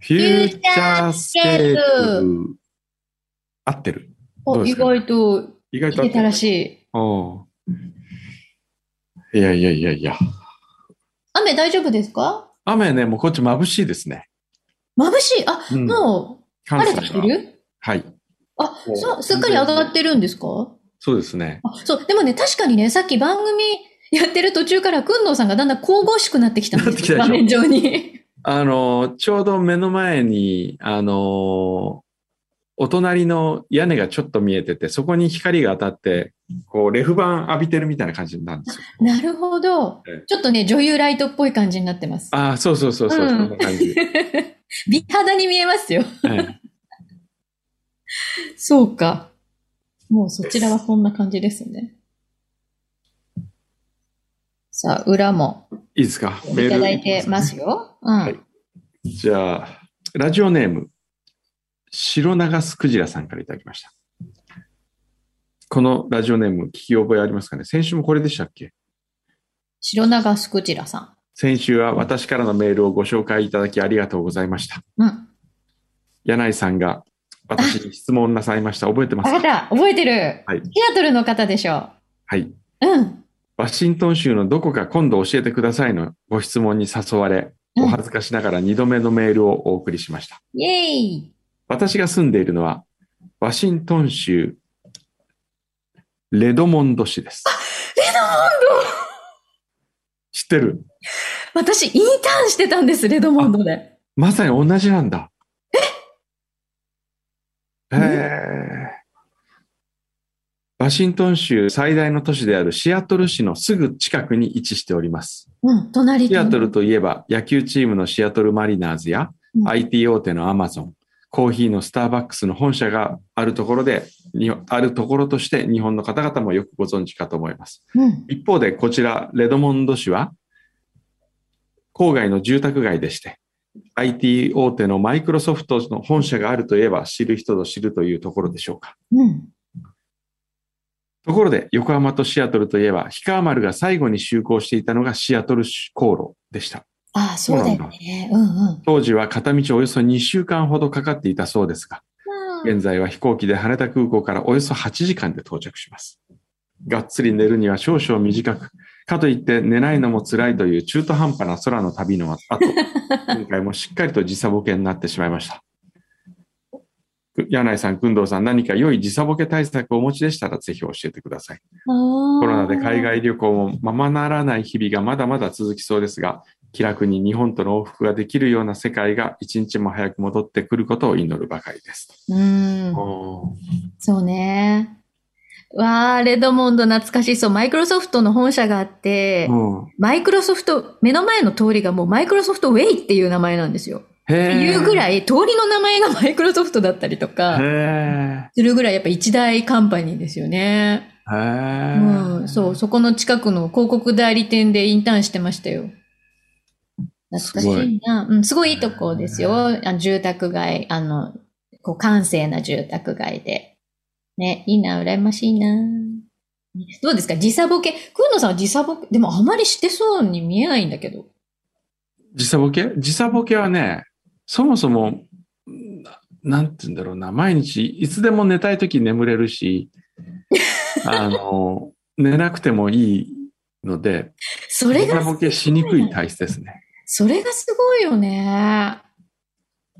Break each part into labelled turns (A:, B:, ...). A: フューチャースケープ。合ってる。どう
B: お、
A: で
B: 意
A: すか
B: 外と
A: 意外
B: い
A: と合っ
B: け
A: て
B: た
A: る
B: ら。しい。
A: おういやいやいやいや。
B: 雨大丈夫ですか
A: 雨ね、もうこっち眩しいですね。
B: 眩しい。あ、
A: うん
B: もう
A: 関
B: 晴
A: 西
B: れてきて
A: は。
B: る
A: はい。
B: あ
A: もう
B: そう、すっかり上がってるんですか
A: そうですね。
B: あそう、でもね、確かにね、さっき番組 やってる途中から、くんのうさんがだんだん神々しくなってきたん
A: なって
B: で
A: き
B: す
A: た
B: よ、
A: でしょ
B: 画面上 に。
A: あの、ちょうど目の前に、あの、お隣の屋根がちょっと見えてて、そこに光が当たって、こう、レフ板浴びてるみたいな感じなんですよ。
B: なるほど
A: ええ。
B: ちょっとね、女優ライトっぽい感じになってます。
A: ああ、そうそうそうそう、
B: うん
A: そんな感 じ。
B: 美肌に見えますよ。
A: はい
B: そうか。もうそちらはそんな感じですね。さあ、裏も
A: いいですか
B: い
A: メール
B: ただいてますよ。うん。
A: はいじゃあ、ラジオネーム、白長スクジラさんからいただきました。このラジオネーム、聞き覚えありますかね先週もこれでしたっけ
B: 白長スクジラさ
A: 先週は私からのメールをご紹介いただきありがとうございました。
B: ん。うん。
A: 柳井さんが私に質問なさいました。覚えてます
B: あな
A: か
B: た、覚えてる。
A: はい
B: シアトルの方でしょ
A: はい。
B: う。うん。
A: ワシントン州のどこか今度教えてくださいのご質問に誘われ、
B: うん
A: お恥ずかしながら2度目のメールをお送りしました。
B: イェイ。
A: 私が住んでいるのは、ワシントン州、レドモンド市です。
B: レドモンド
A: 知ってる
B: 私、インターンしてたんです、レドモンドで。
A: まさに同じなんだ。えへえ。ワシントン州最大の都市であるシアトル市のすぐ近くに位置しております。
B: うん、隣
A: シアト
B: 隣
A: ルといえば野球チームのシアトルマリナーズや
B: うん
A: IT 大手のアマゾン、コーヒーのスターバックスの本社があるところで、にあるところとして日本の方々もよくご存知かと思います。
B: うん。
A: 一方でこちらレドモンド市は郊外の住宅街でして IT 大手のマイクロソフトの本社があるといえば知る人ぞ知るというところでしょうか
B: うん。
A: ところで横浜とシアトルといえば氷川丸が最後に就航していたのがシアトル航路でした
B: ああ、そうだよね。うんうん。
A: 当時は片道およそ2週間ほどかかっていたそうですが現在は飛行機で羽田空港からおよそ8時間で到着します。がっつり寝るには少々短く、かといって寝ないのも辛いという中途半端な空の旅の後、今回もしっかりと時差ボケになってしまいました。柳井さん、工藤さん、何か良い時差ボケ対策をお持ちでしたらぜひ教えてください。
B: コ
A: コロナで海外旅行もままならない日々がまだまだ続きそうですが、気楽に日本との往復ができるような世界が一日も早く戻ってくることを祈るばかりです。
B: うん。
A: おー
B: そうね。わあ、レドモンド懐かしい。そう、マイクロソフトの本社があって、
A: うん
B: マイクロソフト、目の前の通りがもうマイクロソフトウェイっていう名前なんですよ。って
A: へ
B: いうぐ
A: い。
B: らい、通りの名前がマイクロソフトだったりとか、
A: へ
B: するぐらいやっぱ一大カンパニーですよね。
A: ーへー
B: うん、そう、そこの近くの広告代理店でインターンしてましたよ。懐かしいな。うん、すごいいいとこですよ。あ住宅街、あの、こう、閑静な住宅街で。ね、いいな、羨ましいな。どうですか時差ボケ。くんのさんは時差ボケ、でもあまりしてそうに見えないんだけど。
A: 時差ボケ時差ボケはね、そもそも、ななんて言うんだろうな、毎日、いつでも寝たいとき眠れ るし、あの、寝なくてもいいので、
B: それ
A: 時差ボ
B: が、
A: ケしにくい体質ですね。
B: それがすごいよね。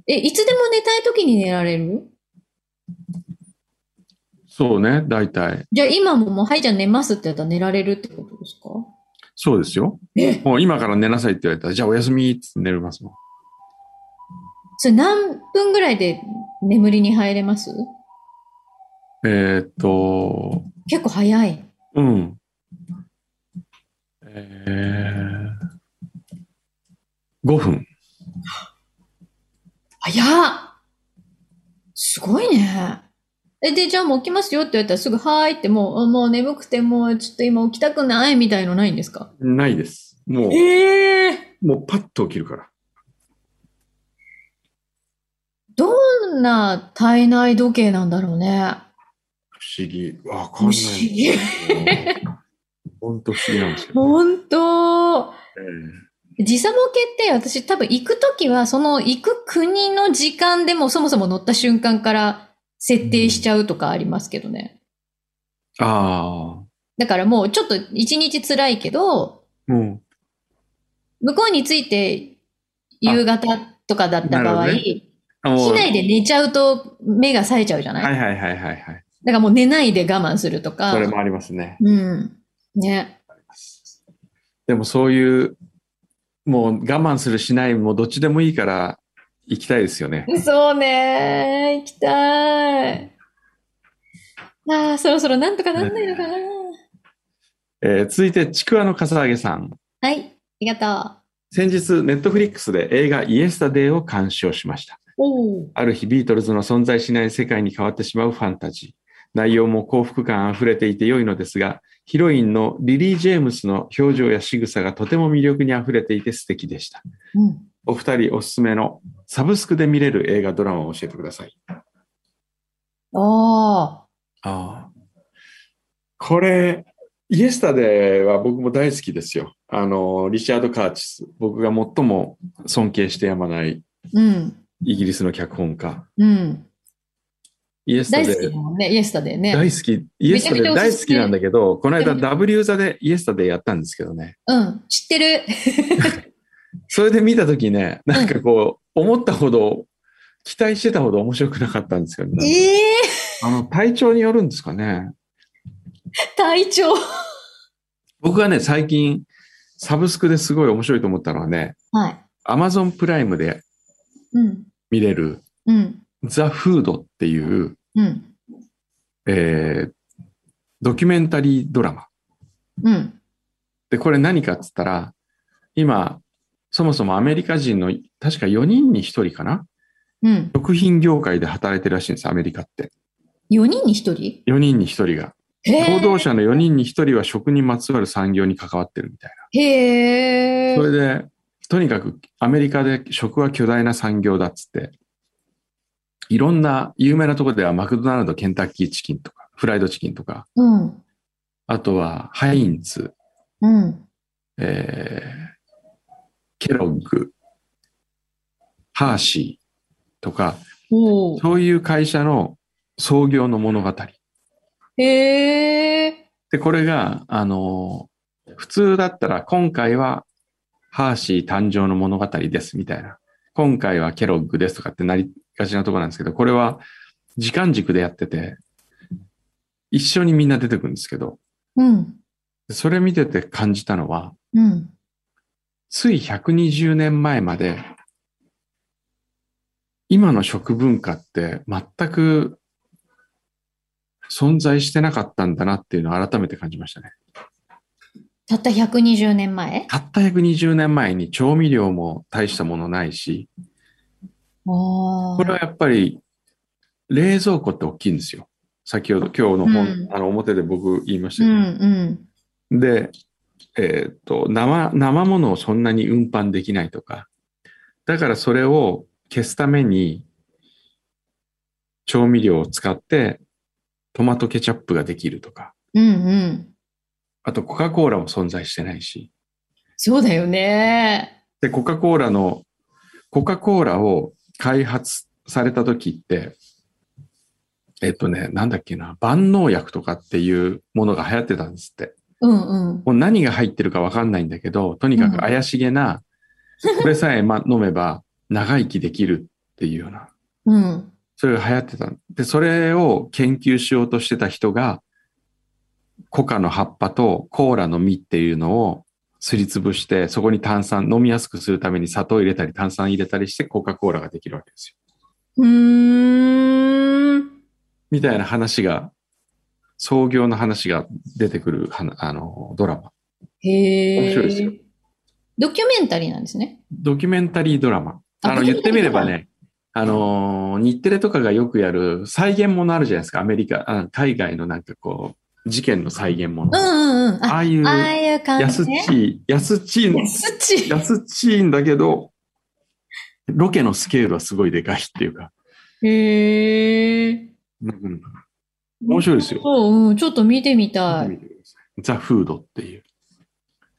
B: え、いつでも寝たい時に寝られる
A: そうね、大体。
B: じゃあ今ももう、はい、じゃあ寝ますって言ったら寝られるってことですか
A: そうですよ。
B: え
A: もう今から寝なさいって言われたら、じゃあおやすみっつって寝れますもん。
B: それ何分ぐらいで眠りに入れます
A: えーっと、
B: 結構早い。
A: うん。えー、5分。
B: 早っすごいね。え、で、じゃあもう起きますよって言われたらすぐ、はーいってもう、あもう眠くてもうちょっと今起きたくないみたいのないんですか
A: ないです。もう、
B: ええ
A: もうパッと起きるから。
B: どんな体内時計なんだろうね。
A: 不思議。わか
B: 不
A: ん
B: 思
A: ない。
B: 議。
A: 本当不思議なんですけど、ね。
B: 本当
A: え
B: 時差ボケって私多分行くときはその行く国の時間でもそもそも乗った瞬間から設定しちゃうとかありますけどね。
A: ああ。
B: だからもうちょっと一日辛いけど、
A: うん。
B: 向こうに着いて夕方とかだった場
A: な
B: 合、
A: るほどあも
B: 機
A: う
B: 内で寝ちゃうと目が冴えちゃうじゃない、
A: はいはいはいはいはい。
B: だからもう寝ないで我慢するとか。
A: それもありますね。
B: うん。ね。
A: でもそういう、もう我慢するしない、もうどっちでもいいから行きたいですよね。
B: そうね。行きたい。ああ、そろそろなんとかなんないのかな。
A: えー続いて、ちくわのかさあげさん。
B: はい。ありが
A: 先日、ネットフリックスで映画イエスタデーを鑑賞しました。
B: とう。おお。
A: ある日、ビートルズの存在しない世界に変わってしまうファンタジー。内容も幸福感あふれていて良いのですが、ヒロインのリリー・ジェームスの表情や仕草がとても魅力にあふれていて素敵でした。
B: うん。
A: お二人おすすめのサブスクで見れる映画ドラマを教えてください。
B: ああ。
A: ああ。これ、イエスタデーは僕も大好きですよ。あの、リチャード・カーチス。僕が最も尊敬してやまない
B: うん。
A: イギリスの脚本家。
B: うん。
A: イエスタ
B: 大
A: デ
B: 好き
A: ー
B: だもんね。イエスタでね。
A: 大好き。イエス
B: めち
A: タデ
B: ゃ
A: ー
B: めちゃお
A: 大
B: す
A: 好
B: す
A: き
B: め
A: なんだけど、この間
B: うん
A: W 座でイエスタデーやったんですけどね。
B: うん。知ってる。
A: それで見たときね、なんかこう、思ったほど、期待してたほど面白くなかったんですけどね。
B: ええ
A: あの、体調によるんですかね。
B: 体調。
A: 僕がね、最近、サブスクですごい面白いと思ったのはね、
B: はい。
A: アマゾンプライムで
B: うん。
A: 見れる、
B: うん。
A: ザ・フードっていう、
B: うん。
A: えードキュメンタリードラマ。
B: うん。
A: で、これ何かっつったら、今、そもそもアメリカ人の、確か4人に1人かな
B: うん。
A: 食品業界で働いてるらしいんです、アメリカって。
B: 4人に1人
A: 4人に1人が。
B: へ
A: 労
B: え。
A: 働者の4人に1人は食にまつわる産業に関わってるみたい
B: へ
A: な。
B: え。
A: それで、とにかくアメリカで食は巨大な産業だっつって、いろんな有名なところではマクドナルド、ケンタッキーチキンとか、フライドチキンとか、
B: うん。
A: あとは、ハインツ、
B: うん。
A: えーケロッグ、ハーシーとか、
B: おお。
A: そういう会社の創業の物語。
B: へえ。
A: で、これが、あのー普通だったら、今回は、ハーシー誕生の物語です、みたいな。今回はケロッグですとかってなりがちなところなんですけど、これは、時間軸でやってて、一緒にみんな出てくるんですけど、
B: うん。
A: それ見てて感じたのは、
B: うん。
A: つい120年前まで、今の食文化って全く存在してなかったんだなっていうのを改めて感じましたね。
B: たった120年前
A: たった120年前に調味料も大したものないし、
B: あ
A: これはやっぱり冷蔵庫って大きいんですよ。先ほど今日の本、
B: うん
A: あの表で僕言いまし
B: う
A: た
B: ん
A: け
B: う
A: ど、
B: ん。
A: で、えーっと、生、生ものをそんなに運搬できないとか。だからそれを消すために、調味料を使って、トマトケチャップができるとか。
B: うんうん。
A: あと、コカ・コーラも存在してないし。
B: そうだよね。
A: で、コカ・コーラの、コカ・コーラを開発された時って、えーっとね、なんだっけな、万能薬とかっていうものが流行ってたんですって。
B: うんうん。
A: もう何が入ってるかわかんないんだけど、とにかく怪しげな、これさえ、ま、飲めば長生きできるっていうような、
B: うん。
A: それが流行ってた。で、それを研究しようとしてた人が、コカの葉っぱとコーラの実っていうのをすりつぶして、そこに炭酸、飲みやすくするために砂糖入れたり炭酸入れたりしてコカ・コーラができるわけですよ。
B: うーん。
A: みたいな話が、創業の話が出てくるはな、あの、ドラマ。面
B: へ
A: 白いですよ
B: え。ドキュメンタリーなんですね。
A: ドキュメンタリードラマ。
B: あ
A: あの、
B: ドキュ
A: 言
B: メンタリ
A: ってみ
B: ー
A: れ
B: ドラマ
A: ばね、あのー、日テレとかがよくやる再現ものあるじゃないですか。アメリカ、あ海外のなんかこう、事件の再現も
B: う
A: の。
B: ん
A: あ
B: うんうん。あ、
A: あいう、
B: ああいう感
A: 安
B: じ
A: っ
B: ね。
A: ちい、安っちいの、
B: 安っち。
A: 安っちいんだけど、ロケのスケールはすごいでかいっていうか。
B: へえ。
A: うん面白いですよ
B: そう、うん。ちょっと見てみたい。
A: ザ・フードっていう。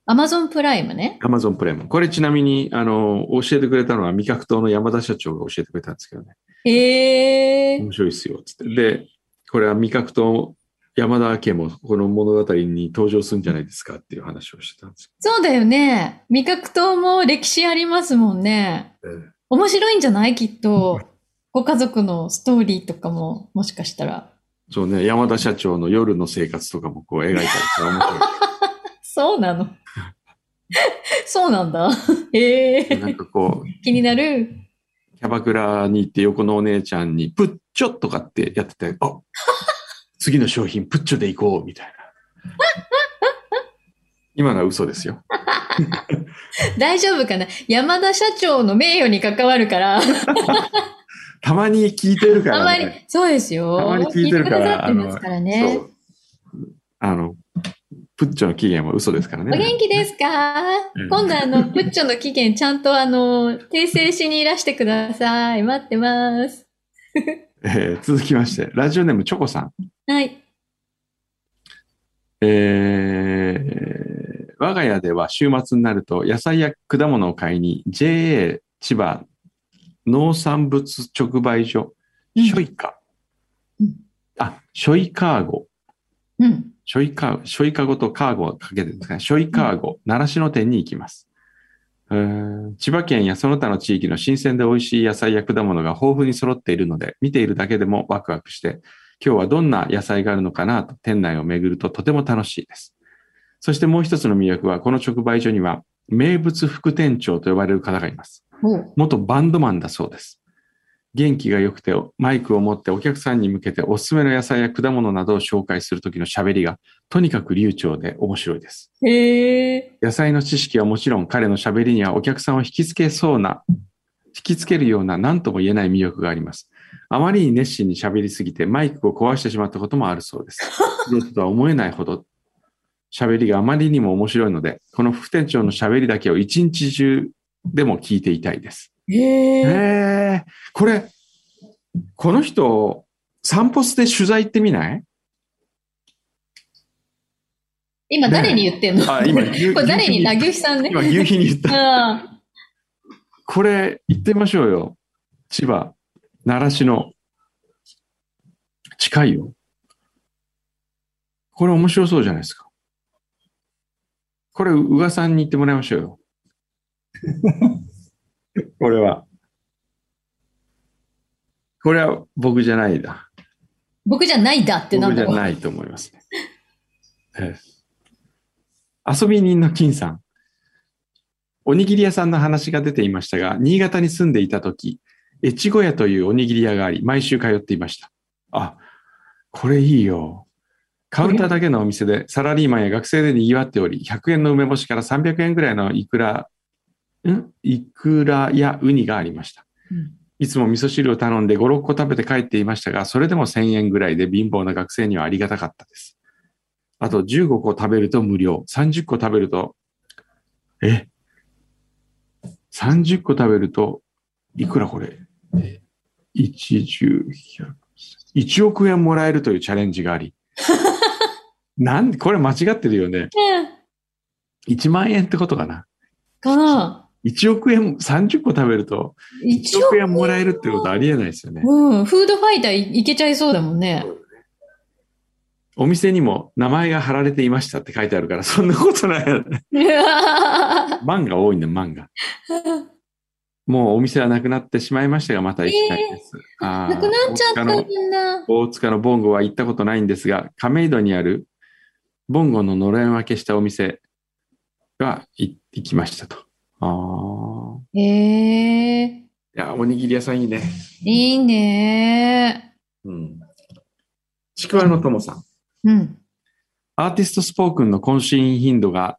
B: アマゾンプライムね。
A: アマゾンプライム。これちなみに、あの、教えてくれたのは味覚党の山田社長が教えてくれたんですけどね。
B: へえー
A: 面。白いっすよ、つって。で、これは味覚党山田家もこの物語に登場するんじゃないですかっていう話をしてたんです
B: そうだよね。味覚糖も歴史ありますもんね。
A: けどね。
B: 面白いんじゃないきっと。ご家族のストーリーとかも、もしかしたら。
A: そうね、山田社長の夜の生活とかもこう描いたりして面白い。
B: そうなの。 そうなんだ。へ え
A: なんかこう、
B: 気になる。
A: キャバクラに行って横のお姉ちゃんに、プッチョとかってやってて、あ次の商品、プッチョで行こう、みたいな。今のは嘘ですよ。
B: 大丈夫かな山田社長の名誉に関わるから、
A: たまに聞いてるから、ね。
B: あまり、そうですよ。
A: たまに聞いてるから
B: 聞いてくださってますからね。
A: そう。あの、プッチョの起源は嘘ですから
B: お元
A: ね。
B: 気ですか、
A: ん
B: 今度あの、プッチョの期限ちゃんとあの、訂正しにいらしてください。待ってます。
A: えー続きまして、ラジオネームチョコさん。
B: はい。
A: えー我が家では週末になると野菜や果物を買いに JA 千葉農産物直売所、
B: うん
A: ショイカ
B: うん。
A: あ、ショイカーゴ。
B: うん。
A: ショイカー、ショイカゴとカーゴをかけてるんですかね。ショイカーゴ、習志野店に行きます。えー千葉県やその他の地域の新鮮で美味しい野菜や果物が豊富に揃っているので、見ているだけでもワクワクして、今日はどんな野菜があるのかなと店内を巡るととても楽しいです。そしてもう一つの魅力は、この直売所には名物副店長と呼ばれる方がいます。
B: おう
A: 元バンドマンだそうです。元気が良くて、マイクを持ってお客さんに向けておすすめの野菜や果物などを紹介するときの喋りが、とにかく流暢で面白いです。
B: へえ。
A: 野菜の知識はもちろん彼の喋りにはお客さんを引きつけそうな、引きつけるような何とも言えない魅力があります。あまりに熱心に喋りすぎてマイクを壊してしまったこともあるそうです。素人とは思えないほど喋りがあまりにも面白いので、この副店長の喋りだけを一日中でも聞いていたいです。
B: へえ。
A: へえ、これ、この人、散歩スで取材行ってみない
B: 今誰に言ってんの、
A: あ、今、
B: これ誰に
A: 牛皮
B: ラギュフさんね。
A: 今、夕日に言 っ
B: う
A: た。
B: ん。
A: これ、行ってみましょうよ。千葉、習志野。近いよ。これ面白そうじゃないですか。これ、宇賀さんに行ってもらいましょうよ。 これは。これは僕じゃないだ。
B: 僕じゃないだってな
A: 僕
B: ん
A: じ
B: だ
A: ゃ
B: ろう。
A: ないと思いますね。 ええ遊び人の金さん。おにぎり屋さんの話が出ていましたが、新潟に住んでいた時越後屋というおにぎり屋があり、毎週通っていました。あ、これいいよ。カウンターだけのお店で、サラリーマンや学生で賑わっており、100円の梅干しから300円ぐらいのいくら、んいくらやウニがありました。
B: うん
A: いつも味噌汁を頼んで5、6個食べて帰っていましたが、それでも1000円ぐらいで貧乏な学生にはありがたかったです。あと15個食べると無料、30個食べると、え ?30 個食べると、いくらこれえ一十百一億円もらえるというチャレンジがあり。 なんで、これ間違ってるよね。
B: うん。
A: 1万円ってことかな。
B: かな
A: 1億円、30個食べると、
B: 一
A: 1
B: 応
A: 億。円もらえるってことありえないですよね。
B: うん。フードファイターいいけちゃいそうだもんね。
A: お店にも名前が貼られていましたって書いてあるから、そんなことないよね。漫画多いね、漫画。もうお店はなくなってしまいましたが、また行きたいです。あー
B: なくなっちゃった
A: 大塚の
B: んだ。
A: 大塚のボンゴは行ったことないんですが、亀戸にあるボンゴののれん分けしたお店がい行きましたと。ああ。
B: へえ
A: いや、おにぎり屋さんいいね。
B: いいね
A: うん。ちくわのともさん。
B: うん。
A: アーティストスポークンの渾身頻度が、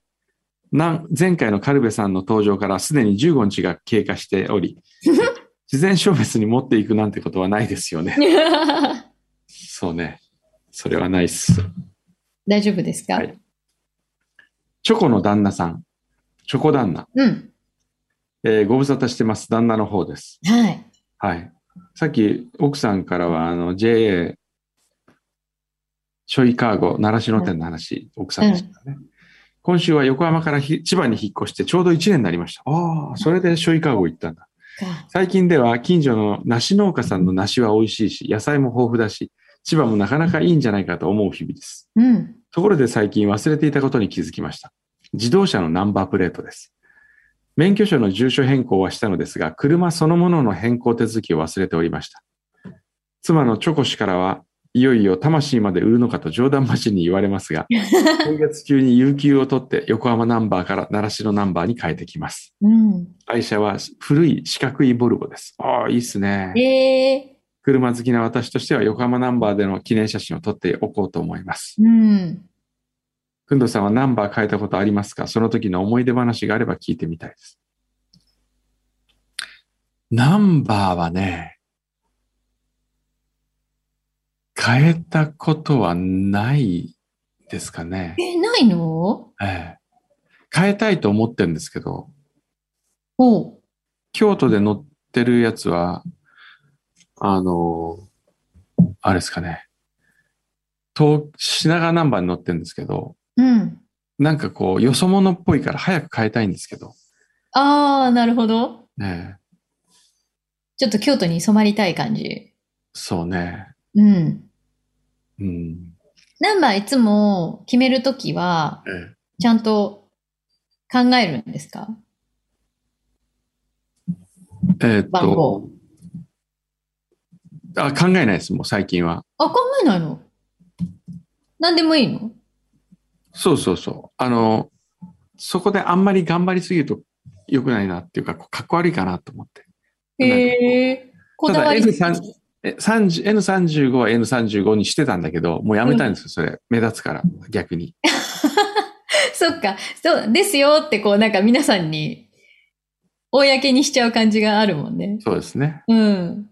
A: なん前回のカルベさんの登場からすでに15日が経過しており、自然消滅に持っていくなんてことはないですよね。そうね。それはないっす。
B: 大丈夫ですか、
A: はいチョコの旦那さん。チョコ旦那。
B: うん。
A: えーご無沙汰してます。旦那の方です。
B: はい。
A: はい。さっき奥さんからは、あの、JA、ショイカーゴ、習志野店の話、奥さんでしたね。今週は横浜からひ千葉に引っ越してちょうど1年になりました。ああ、それでショイカゴ行ったんだ。
B: か。
A: 最近では近所の梨農家さんの梨は美味しいし、野菜も豊富だし、千葉もなかなかいいんじゃないかと思う日々です。
B: うん。
A: ところで最近忘れていたことに気づきました。自動車のナンバープレートです。免許証の住所変更はしたのですが、車そのものの変更手続きを忘れておりました。妻のチョコ氏からは、いよいよ魂まで売るのかと冗談ましに言われますが、今月中に有給を取って横浜ナンバーから習志野ナンバーに変えてきます。
B: うん。
A: 愛車は古い四角いボルボです。ああ、いいっすね。
B: え
A: 車好きな私としては横浜ナンバーでの記念写真を撮っておこうと思います。
B: ー、うん。
A: くんどさんはナンバー変えたことありますかその時の思い出話があれば聞いてみたいです。ナンバーはね、変えたことはないですかね。
B: え、ないの
A: ええ、変えたいと思ってるんですけど、
B: おう。
A: 京都で乗ってるやつは、あの、あれですかね。東、品川ナンバーに乗ってるんですけど、
B: うん。
A: なんかこう、よそ者っぽいから早く変えたいんですけど、
B: あー、なるほど。
A: ねえ、
B: ちょっと京都に染まりたい感じ。
A: そうね。
B: うん。
A: うん。
B: ナンバーいつも決めるときは、
A: ええ
B: ちゃんと考えるんですか
A: えーっ
B: 番
A: と、
B: 号。
A: あ、考えないです、もう最近は。
B: あ、考えないの何でもいいの
A: そうそうそう。あの、そこであんまり頑張りすぎると良くないなっていうか、こうかっこ悪いかなと思って。
B: へえ。こだわり。
A: ただ F3 え30 N35 は N35 にしてたんだけど、もうやめたんですよ、それ。目立つから、逆に。
B: そっか。そうですよってこうなんか皆さんに公にしちゃう感じがあるもんね。
A: そうですね。
B: うん。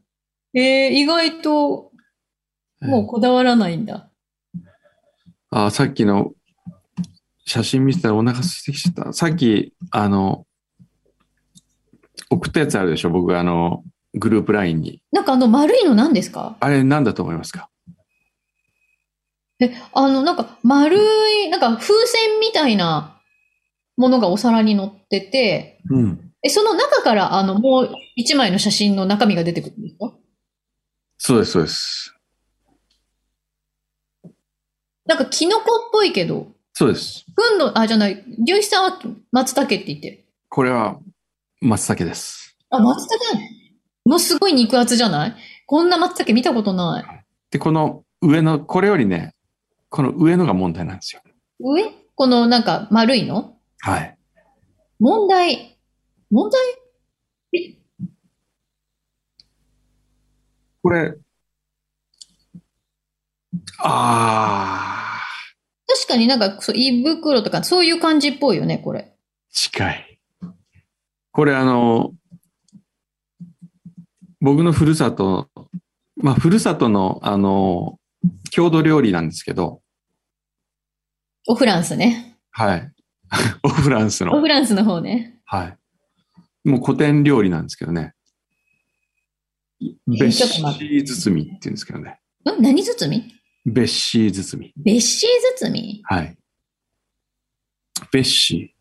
B: えー、意外ともうこだわらないんだ。
A: あさっきの写真見てたらお腹空いてきちゃった。さっき、あの、送ったやつあるでしょ、僕があの、グループ LINE に。
B: なんかあの丸いの何ですか
A: あれ何だと思いますか
B: え、あのなんか丸い、なんか風船みたいなものがお皿に乗ってて、
A: うん。
B: え、その中からあのもう一枚の写真の中身が出てくるんですか
A: そうです、そうです。
B: なんかキノコっぽいけど、
A: そうです。
B: 軍の、あ、じゃない、牛一さんは松茸って言ってる。
A: これは、松茸です。
B: あ、松茸なのもうすごい肉厚じゃないこんな松茸見たことない。
A: で、この上の、これよりね、この上のが問題なんですよ。
B: 上このなんか丸いの
A: はい。
B: 問題。問題
A: これ、あー、
B: 確かになんかそう胃袋とかそういう感じっぽいよね、これ。
A: 近い。これあの、僕のふるさと、まあ、ふるさとの、あの、郷土料理なんですけど、
B: オフランスね。
A: はい。 オフランス
B: オ
A: の、
B: フランスの方ね。
A: はい。もう古典料理なんですけどね。ベッ
B: ち
A: シ
B: ょっと待
A: ー包みって言うんですけどね。
B: ん何包み
A: ベッシー包み。
B: ベッシー包み
A: はい。ベッシー。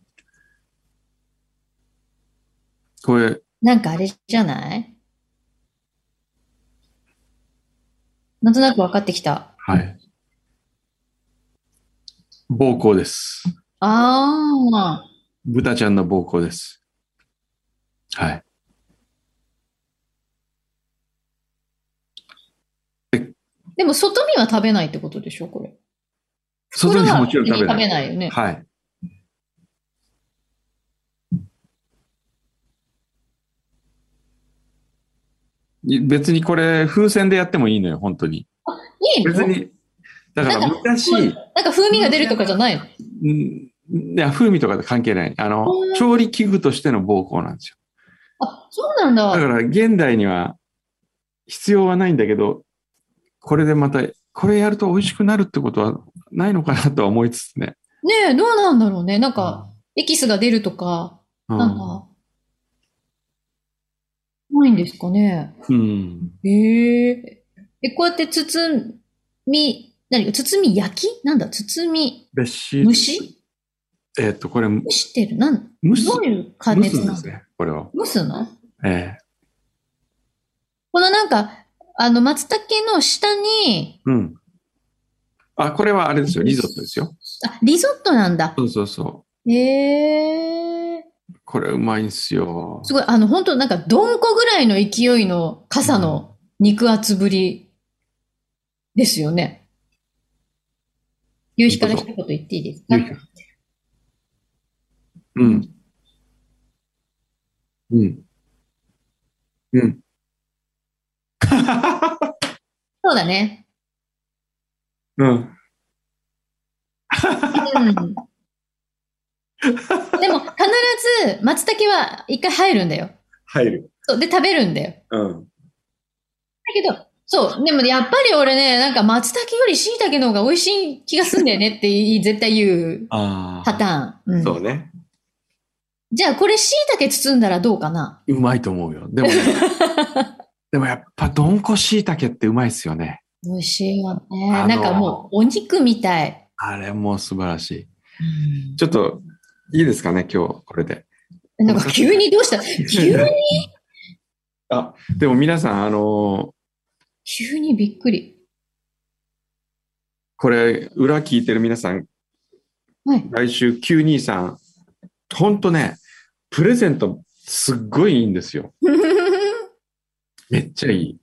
A: これ、
B: なんかあれじゃないなんとなく分かってきた。
A: はい。暴行です。
B: あー。
A: 豚ちゃんの暴行です。はい。
B: でも外見は食べないってことでしょ、これ。
A: 外にはもちろん食べ
B: これは
A: ない。
B: よね。
A: はい。い別にこれ、風船でやってもいいのよ、本当に。
B: いいの
A: 別に、だから昔、
B: なんか風味が出るとかじゃないの
A: うんいや、風味とかと関係ない。あの
B: うん、
A: 調理器具としての暴行なんですよ。
B: あ、そうなん
A: だか
B: だ。
A: ら、現代には必要はないんだけど、これでまた、これやると美味しくなるってことはないのかなとは思いつつね。
B: ねえ、どうなんだろうね。なんか、エキスが出るとか、
A: う
B: なん
A: ん。
B: か、ないんですかね。
A: うん。
B: へえ。え、こうやって包み、何包み焼きなんだ包み
A: 別紙
B: 蒸し
A: えっと、これ、蒸
B: 蒸してるなん
A: 蒸す
B: どういう加熱
A: す
B: な
A: んで
B: の
A: すね、これを。
B: 蒸すの
A: ええ
B: このなんか、あの、松茸の下に、
A: うん。あ、これはあれですよ、リゾットですよ。
B: あ、リゾットなんだ。
A: そうそうそ
B: へえ。
A: う。これうまいんすよ。
B: すごい、あの、本当なんか、どんこぐらいの勢いの傘の肉厚ぶりですよね。夕日から一言言っていいですか
A: ゆいかうん。うん。うん。
B: そうだね。
A: うん。
B: うん。でも、必ず、松茸は一回入るんだよ。
A: 入る。
B: そう、で、食べるんだよ。
A: うん。
B: だけど、そう、でもやっぱり俺ね、なんか松茸より椎茸の方が美味しい気がすんだよねって言い絶対言う
A: あ
B: パターン。うん
A: そうね。
B: じゃあこれ椎茸包んだらどうかな
A: うまいと思うよ。で もね、でもやっぱ、どんこしいたけってうまいっすよね。
B: 美味しいよね。
A: あのー
B: なんかもうお肉みたい。
A: あれも素晴らしい。ちょっと、いいですかね、今日、これで。
B: なんか急にどうした急に、
A: あ、でも皆さん、あのー
B: 急にびっくり。
A: これ、裏聞いてる皆さん、
B: はい。
A: 来週923、ほんとね、プレゼント、すっごいいいんですよ。めっちゃいい。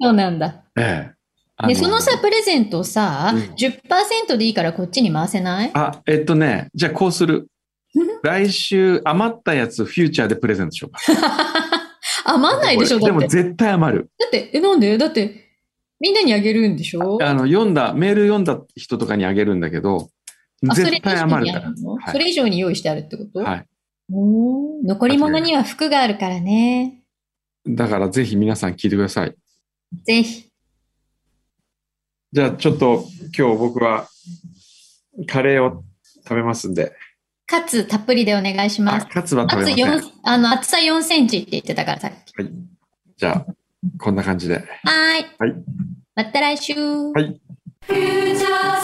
B: そうなんだ。
A: ええ。あ
B: で、そのさ、プレゼントさ、
A: うん
B: 10%でいいからこっちに回せない
A: あ、えっとね、じゃあこうする。来週余ったやつ、フューチャーでプレゼントしようか。
B: 余んないでしょだ
A: で
B: っ
A: も
B: て。だ
A: 絶対余る。
B: って、え、なんでだって、みんなにあげるんでしょ
A: あの、読んだ、メール読んだ人とかにあげるんだけど、
B: あ
A: 絶対余るか
B: それ以上にあるの
A: はい
B: それ以上に用意してあるってこと
A: ら。はい。
B: おー残り物には服があるからね。
A: だからぜひ皆さん聞いてください。
B: ぜひ。
A: じゃあちょっと今日僕はカレーを食べますんで。
B: かつ、たっぷりでお願いしま
A: あ、
B: す。
A: カツは食べ
B: 厚
A: ません。
B: 4、あの、厚さ4センチって言ってたからさっき。
A: じゃあ、こんな感じで。
B: はーい。
A: はい。
B: また来週。
A: はい
B: フューチャースケープ